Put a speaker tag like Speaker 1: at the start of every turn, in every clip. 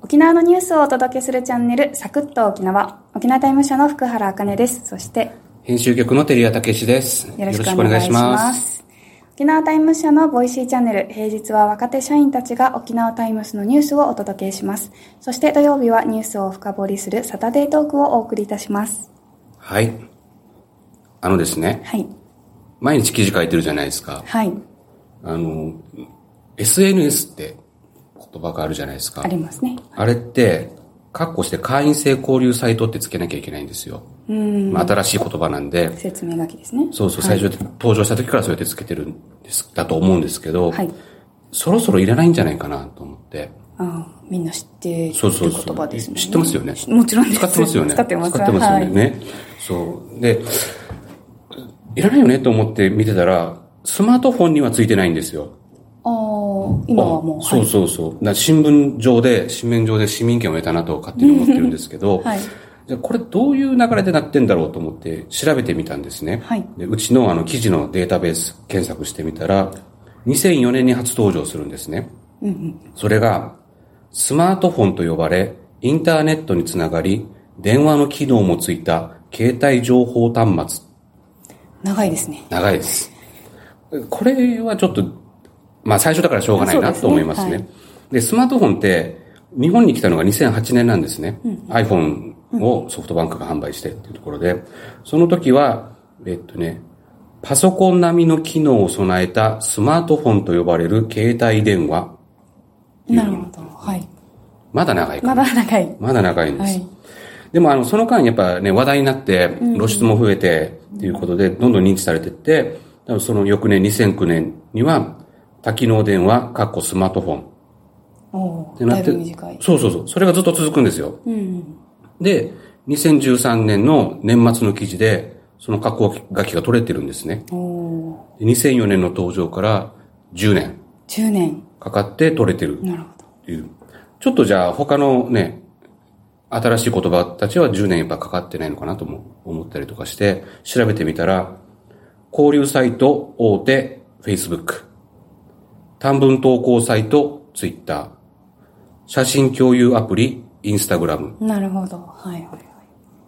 Speaker 1: 沖縄のニュースをお届けするチャンネル、サクッと沖縄。沖縄タイム社の福原茜です。そして、
Speaker 2: 編集局の照屋武です。
Speaker 1: よろしくお願いしま。す。沖縄タイムズ社のボイシーチャンネル、平日は若手社員たちが沖縄タイムスのニュースをお届けします。そして土曜日はニュースを深掘りするサタデートークをお送りいたします。
Speaker 2: はい。あのですね、
Speaker 1: はい。
Speaker 2: 毎日記事書いてるじゃないですか。
Speaker 1: はい。
Speaker 2: あの、SNS って言葉があるじゃないですか。
Speaker 1: ありますね。
Speaker 2: あれって、カッコして会員制交流サイトってつけなきゃいけないんですよ。
Speaker 1: うん。
Speaker 2: まあ、新しい言葉なんで、
Speaker 1: 説明書きですね。
Speaker 2: そうそう、最初、登場した時からそうやってつけてるんです、だと思うんですけど、
Speaker 1: はい。
Speaker 2: そろそろいらないんじゃないかなと思って。
Speaker 1: ああ、みんな知ってる
Speaker 2: そうそうそう
Speaker 1: 言葉ですね。
Speaker 2: 知ってますよね
Speaker 1: もちろんです。
Speaker 2: 使ってますよね。
Speaker 1: 使ってます。
Speaker 2: 使ってますよね。
Speaker 1: はい
Speaker 2: ねそう。で、いらないよねと思って見てたら、スマートフォンにはついてないんですよ。
Speaker 1: ああ、今はもう。
Speaker 2: そうそうそう。な新聞上で、新面上で市民権を得たなと勝手に思ってるんですけど、
Speaker 1: はい。
Speaker 2: じゃあこれどういう流れでなってんだろうと思って調べてみたんですね。
Speaker 1: はい
Speaker 2: でうちのあの記事のデータベース検索してみたら、2004年に初登場するんですね。
Speaker 1: うんうん。
Speaker 2: それが、スマートフォンと呼ばれ、インターネットにつながり、電話の機能もついた携帯情報端末。
Speaker 1: 長いですね。
Speaker 2: 長いです。これはちょっと、まあ最初だからしょうがない
Speaker 1: そう
Speaker 2: な
Speaker 1: ですね
Speaker 2: と思いますね。で
Speaker 1: はい
Speaker 2: スマートフォンって、日本に来たのが2008年なんですね。iPhone をソフトバンクが販売してっていうところで、その時は、えっとね、パソコン並みの機能を備えたスマートフォンと呼ばれる携帯電話。
Speaker 1: なるほど。はい。
Speaker 2: まだ長いか
Speaker 1: まだ長い。
Speaker 2: まだ長いんで
Speaker 1: は
Speaker 2: す。
Speaker 1: い。
Speaker 2: でもあの、その間やっぱね、話題になって、露出も増えて、っていうことで、どんどん認知されてって、多分その翌年、2009年には、多機能電話、かっこスマートフォン
Speaker 1: お
Speaker 2: って
Speaker 1: ーだ
Speaker 2: ないって
Speaker 1: ぶ、短い。
Speaker 2: そうそうそう、それがずっと続くんですよ。
Speaker 1: うん。
Speaker 2: で、2013年の年末の記事で、その加工書きが取れてるんですね。
Speaker 1: おー
Speaker 2: で2004年の登場から10年
Speaker 1: 10年。
Speaker 2: かかって取れてる
Speaker 1: なるほど。
Speaker 2: っていう。ちょっとじゃあ他のね、新しい言葉たちは10年やっぱかかってないのかなとも思ったりとかして、調べてみたら、交流サイト大手 Facebook、短文投稿サイト Twitter、写真共有アプリ Instagram、
Speaker 1: なるほど。はいはいは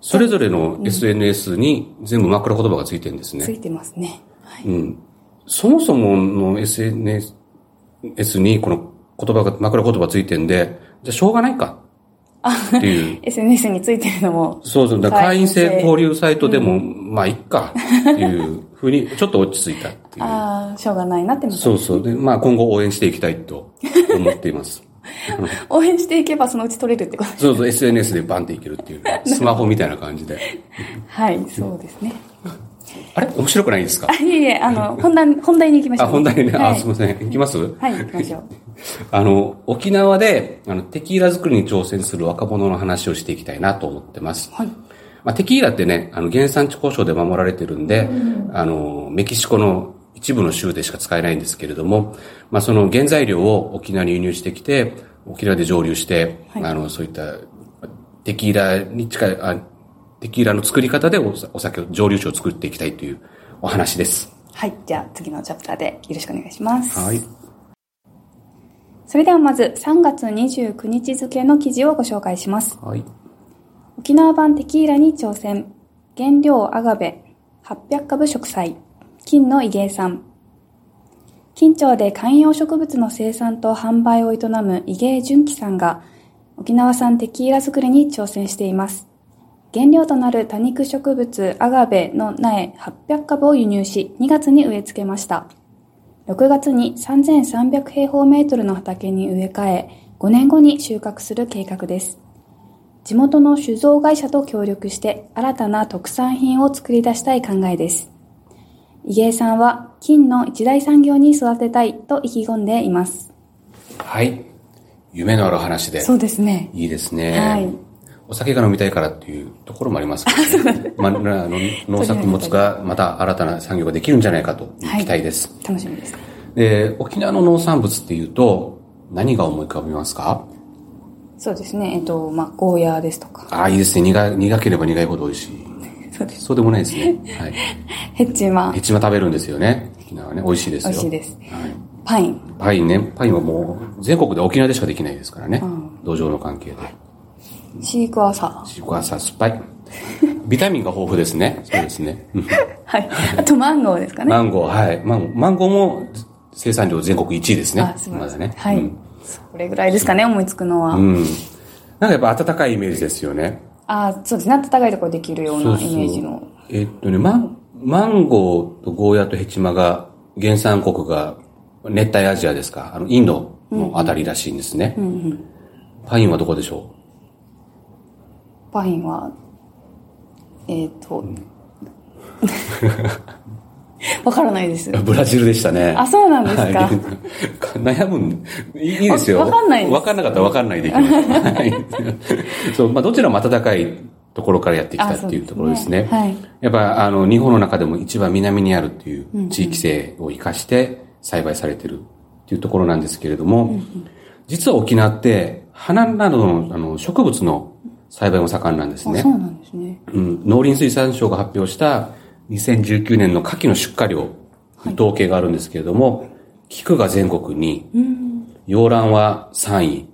Speaker 2: それぞれの SNS に全部枕言葉がついてるんです
Speaker 1: い。
Speaker 2: ね
Speaker 1: つ。いてますね。はい。
Speaker 2: うん。そもそもの SNS にこの言葉が、枕言葉ついてんで、じゃあしょうがないか。っていう。
Speaker 1: SNS についてるのも。
Speaker 2: そうそう。だから会員制
Speaker 1: 流。
Speaker 2: 交流サイトでも、まあ、いっか。っていうふ うに、ちょっと落ち着いたっていう。
Speaker 1: ああ、しょうがないなってまた
Speaker 2: そうそう。で、まあ、今後応援していきたいと思ってい ます。
Speaker 1: 応援していけばそのうち取れるってこと。
Speaker 2: そうそう、SNS でバンっていけるっていう。スマホみたいな感じで。
Speaker 1: はい、そうですね。
Speaker 2: あれ面白くないですか
Speaker 1: あ、いえいえ、あの、本題、本題に行きましょ
Speaker 2: あ、
Speaker 1: う。
Speaker 2: 本題ね。
Speaker 1: は
Speaker 2: あ、
Speaker 1: い
Speaker 2: すいません。いきます
Speaker 1: はい、行きましょう。
Speaker 2: あの、沖縄で、あの、テキーラ作りに挑戦する若者の話をしていきたいなと思ってます。
Speaker 1: はい。
Speaker 2: まあ、テキーラってね、あの、原産地交渉で守られてるんで、あの、メキシコの一部の州でしか使えないんですけれども、まあ、その原材料を沖縄に輸入してきて、沖縄で蒸留して、
Speaker 1: はい
Speaker 2: あの、そういった、テキーラに近い、あテキーラの作り方でおお酒を、蒸留酒を作っていきたいというお話です。
Speaker 1: はい、じゃあ次のチャプターでよろしくお願いします。
Speaker 2: はい。
Speaker 1: それではまず3月29日付の記事をご紹介します。
Speaker 2: はい。
Speaker 1: 沖縄版テキーラに挑戦。原料アガベ。800株植栽。金の異芸産。金町で観葉植物の生産と販売を営む伊芸純喜さんが沖縄産テキーラ作りに挑戦しています。原料となる多肉植物アガベの苗800株を輸入し2月に植え付けました。6月に3300平方メートルの畑に植え替え5年後に収穫する計画です。地元の酒造会社と協力して新たな特産品を作り出したい考えです。伊芸さんは金の一大産業に育てたいと意気込んでいます。
Speaker 2: はい。夢のある話で。
Speaker 1: うですね。
Speaker 2: いいですね。
Speaker 1: はい
Speaker 2: お酒が飲みたいからっていうところもありますけど、ねまあ、なあの農作物がまた新たな産業ができるんじゃないかという
Speaker 1: はい
Speaker 2: 期待 です。
Speaker 1: 楽しみです。
Speaker 2: で、沖縄の農産物っていうと、何が思い浮かびますか
Speaker 1: そうですね。えっと、まあ、ゴーヤーですとか。
Speaker 2: ああ、いいですね。苦苦ければ苦いほど美味しい。
Speaker 1: そうです。
Speaker 2: そうでもない ですね。はい。
Speaker 1: ヘッチマ
Speaker 2: ヘ。チマ食べるんですよね。沖縄はね、美味しいです
Speaker 1: 美味
Speaker 2: よ。
Speaker 1: しいです。
Speaker 2: はい。
Speaker 1: パイン。
Speaker 2: パインね。パインはもう、全国で沖縄でしかできないですからね。
Speaker 1: うん
Speaker 2: 土壌の関係で。
Speaker 1: シークワーサ
Speaker 2: シークワーサー酸っぱい。ビタミンが豊富ですね。そうですね。うん
Speaker 1: ー。はい。あとマンゴーですかね。
Speaker 2: マンゴー、はい。マンゴーマンゴーも生産量全国1位ですね。
Speaker 1: あ、すごい
Speaker 2: ま
Speaker 1: で
Speaker 2: だ
Speaker 1: すね
Speaker 2: ね。。
Speaker 1: はい。
Speaker 2: うん
Speaker 1: それぐらいですかね、思いつくのは。
Speaker 2: うん。なんかやっぱ暖かいイメージですよね。
Speaker 1: あそうですね。暖かいところできるよう
Speaker 2: そう
Speaker 1: な
Speaker 2: そう
Speaker 1: イメージの。
Speaker 2: えっとね、マン、マンゴーとゴーヤとヘチマが、原産国が熱帯アジアですか、あの、インドのあたりらしいんですね。パインはどこでしょ
Speaker 1: パインは、えっ、と、わからないです
Speaker 2: う。 ブラジルでしたね。
Speaker 1: あ、そうなんですか。
Speaker 2: はい 悩むん、いいいですよ。
Speaker 1: わわかんないです
Speaker 2: わかんなかったらわかんないでいきます。はいそう、まあ、どちらも暖かいところからやってきた
Speaker 1: あ
Speaker 2: っ
Speaker 1: そう
Speaker 2: てい
Speaker 1: ですね
Speaker 2: うところですね。
Speaker 1: はい
Speaker 2: やっぱ、あの、日本の中でも一番南にあるっていう地域性を生かして栽培されてるっていうところなんですけれども、実は沖縄って、花などのあの植物の栽培も盛んなんです
Speaker 1: あ
Speaker 2: ね
Speaker 1: そ。うなんですね。
Speaker 2: うん、農林水産省が発表した2019年の牡蠣の出荷量、統計があるんですけれども、菊が全国に、洋蘭は3位、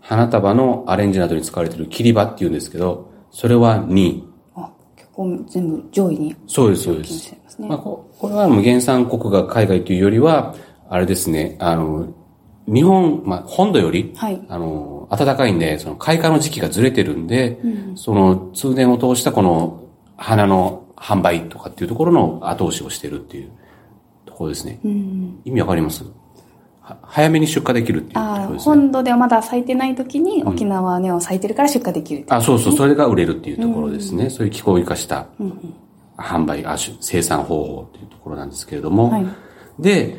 Speaker 2: 花束のアレンジなどに使われている切り葉っていうんですけど、それは2位。
Speaker 1: あ、結構全部上位に
Speaker 2: そうです、そうで
Speaker 1: 気にし
Speaker 2: す
Speaker 1: て。ますね。
Speaker 2: まあ、ここれはもう原産国が海外というよりは、あれですね、あの、日本、まあ、本土より、
Speaker 1: はい
Speaker 2: あの、暖かいんで、その開花の時期がずれてるんで、その通年を通したこの花の販売とかっていうところの後押しをしてるっていうところですね。意味わかりますは早めに出荷できるっていうとこ
Speaker 1: あ
Speaker 2: ろですね。
Speaker 1: 本土ではまだ咲いてない時に沖縄は根を咲いてるから出荷できる。
Speaker 2: あ、そうそう、それが売れるっていうところですね。そういう気候を生かした販売、あし生産方法っていうところなんですけれども。
Speaker 1: はい
Speaker 2: で、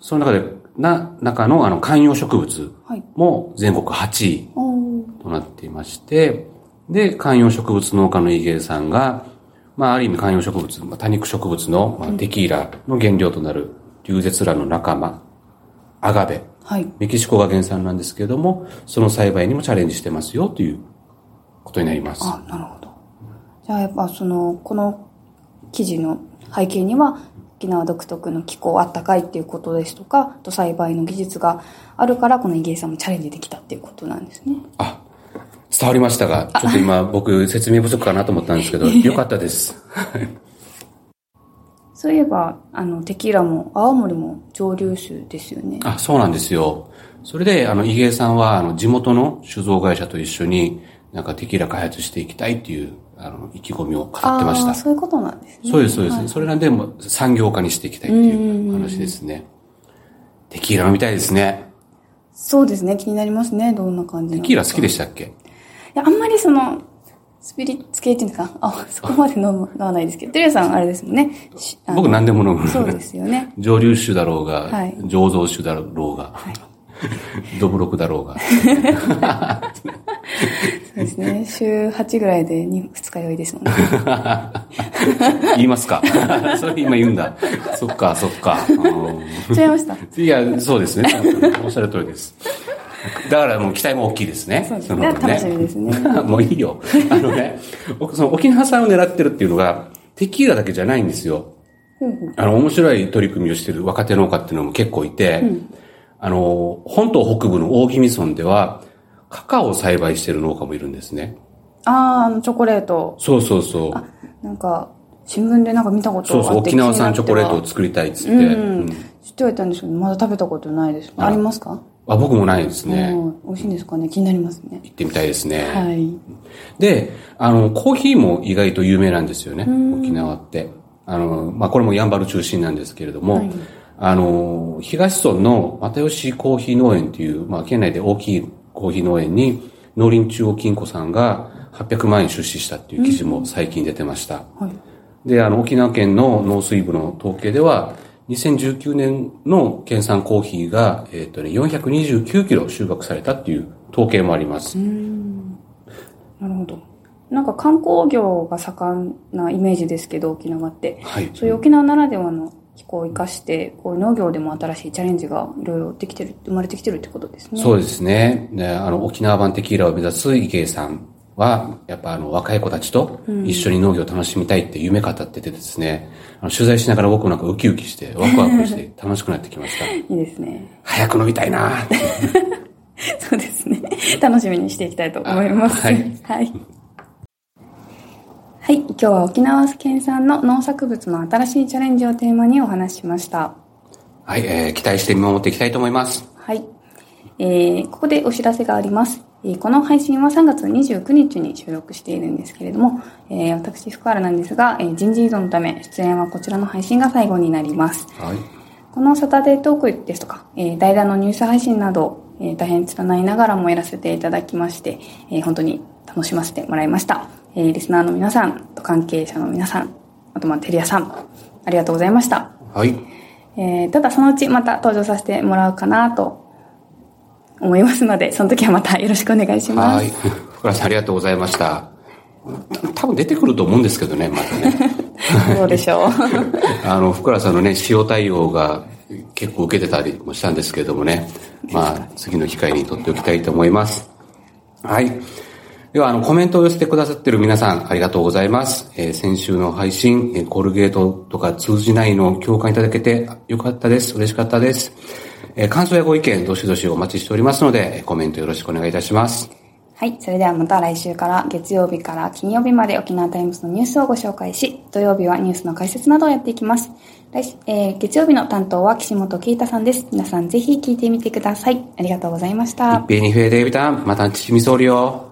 Speaker 2: その中で、な、中のあの観葉植物
Speaker 1: はい
Speaker 2: も全国8位
Speaker 1: おー
Speaker 2: となっていまして、で、観葉植物農家の池江さんが、まあ、ある意味観葉植物、まあ多肉植物の、まあ、テキーラの原料となる流絶蘭の仲間、アガベ。
Speaker 1: はい。
Speaker 2: メキシコが原産なんですけれども、その栽培にもチャレンジしてますよということになります。
Speaker 1: あ、なるほど。じゃあやっぱその、この記事の背景には、沖縄独特の気候、あったかいっていうことですとか、あと栽培の技術があるから、このイゲイさんもチャレンジできたっていうことなんですね。
Speaker 2: あ、伝わりましたが、ちょっと今僕説明不足かなと思ったんです けど、よかったです。
Speaker 1: そういえば、あの、テキーラも青森も蒸留酒ですよね。
Speaker 2: あ、そうなんですよ。それで、あの、井芸さんは、あの、地元の酒造会社と一緒に、なんかテキーラ開発していきたいっていう、あの、意気込みを語ってました
Speaker 1: あー。そういうことなんですね。
Speaker 2: そうです、そうです。それなんで、もう産業化にしていきたいっていう話ですね。テキーラ飲みたいですね。
Speaker 1: そうですね。気になりますね。どんな感じなの
Speaker 2: テキーラ好きでしたっけ
Speaker 1: いや、あんまりその、スピリッツ系っていうんですかあ、そこまで飲む飲まないですけど。テレさんあれですもんね。しあの
Speaker 2: 僕何でも飲む。
Speaker 1: そうですよね。
Speaker 2: 蒸留酒だろうが、
Speaker 1: はい
Speaker 2: 醸造酒だろうが、 どぶろくだろうが。
Speaker 1: そうですね。週8ぐらいでに二日酔いです もんね。
Speaker 2: 言いますか それ今言うんだ。そっか、そっか。う
Speaker 1: 違いました。
Speaker 2: んいや、そうですね。 おっしゃる通りです。だからもう期待も大きいですね。
Speaker 1: そうです
Speaker 2: の
Speaker 1: ね。
Speaker 2: 分
Speaker 1: 楽しみですね。
Speaker 2: もういいよ。あのね、僕その沖縄産を狙ってるっていうのが、テキーラだけじゃないんですよ。
Speaker 1: ほうほう
Speaker 2: あの、面白い取り組みをしてる若手農家っていうのも結構いて、あの、本島北部の大宜味村では、カカオを栽培してる農家もいるんですね。
Speaker 1: あーあの、チョコレート。
Speaker 2: そうそうそう。
Speaker 1: なんか、新聞でなんか見たこと
Speaker 2: そうそう、
Speaker 1: あって
Speaker 2: 沖縄産チョコレート
Speaker 1: 気にな
Speaker 2: を作りたいっつって。
Speaker 1: っては
Speaker 2: うん
Speaker 1: 知ってはいたんですけど、まだ食べたことないです。ありますか
Speaker 2: あ僕もないですね。
Speaker 1: うん美味しいんですかね気になりますね。
Speaker 2: 行ってみたいですね。
Speaker 1: はい。
Speaker 2: で、あの、コーヒーも意外と有名なんですよね。沖縄って。あの、まあ、これもやんばる中心なんですけれども、あの、東村の又吉コーヒー農園っていう、まあ、県内で大きいコーヒー農園に、農林中央金庫さんが800万円出資したっていう記事も最近出てました。
Speaker 1: はい。
Speaker 2: で、あの、沖縄県の農水部の統計では、2019年の県産コーヒーが、えっ、とね、429キロ収穫されたっていう統計もあります。
Speaker 1: なるほど。なんか観光業が盛んなイメージですけど、沖縄って。
Speaker 2: はい。
Speaker 1: そういう沖縄ならではの気候を生かして、こういう農業でも新しいチャレンジがいろいろできてる、生まれてきてるってことですね。
Speaker 2: そうですね。ねあの、沖縄版テキーラを目指す池江さんは、やっぱあの、若い子たちと一緒に農業を楽しみたいって夢語っててですね、あの取材しながら僕もなんかウキウキして、ワクワク して楽しくなってきました。
Speaker 1: いいですね。
Speaker 2: 早く飲みたいなって
Speaker 1: そうですね。楽しみにしていきたいと思います。
Speaker 2: あはい
Speaker 1: はい。はい。今日は沖縄県産の農作物の新しいチャレンジをテーマにお話ししました。
Speaker 2: はい、えー期待して見守っていきたいと思います。
Speaker 1: はい。えーここでお知らせがあります。えーこの配信は3月29日に収録しているんですけれども、えー私、福原なんですが、えー人事異動のため、出演はこちらの配信が最後になります。
Speaker 2: はい。
Speaker 1: このサタデートークですとか、えー、代打のニュース配信など、えー大変拙いながらもやらせていただきまして、えー本当に楽しませてもらいました。えーリスナーの皆さん、と関係者の皆さん、あとまあテリアさん、ありがとうございました。
Speaker 2: はい。
Speaker 1: えーただそのうちまた登場させてもらうかなと思いますので、その時はまたよろしくお願いしま
Speaker 2: は
Speaker 1: す。
Speaker 2: い。福原さんありがとうございました。た多分出てくると思うんですけどね、またね。
Speaker 1: どうでしょう。
Speaker 2: あの、福原さんのね、使用対応が結構受けてたりもしたんですけれどもね。まあ、次の機会に取っておきたいと思います。はい。では、あの、コメントを寄せてくださってる皆さん、ありがとうございます。えー先週の配信、えーコールゲートとか通じないの共感いただけてよかったです。嬉しかったです。えー感想やご意見、どしどしお待ちしておりますので、えーコメントよろしくお願いいたします。
Speaker 1: はい。それではまた来週から月曜日から金曜日まで沖縄タイムズのニュースをご紹介し、土曜日はニュースの解説などをやっていきます。来週えー月曜日の担当は岸本圭太さんです。皆さんぜひ聞いてみてください。ありがとうございました。
Speaker 2: 一平二平デイビタン、またチミソーリオ。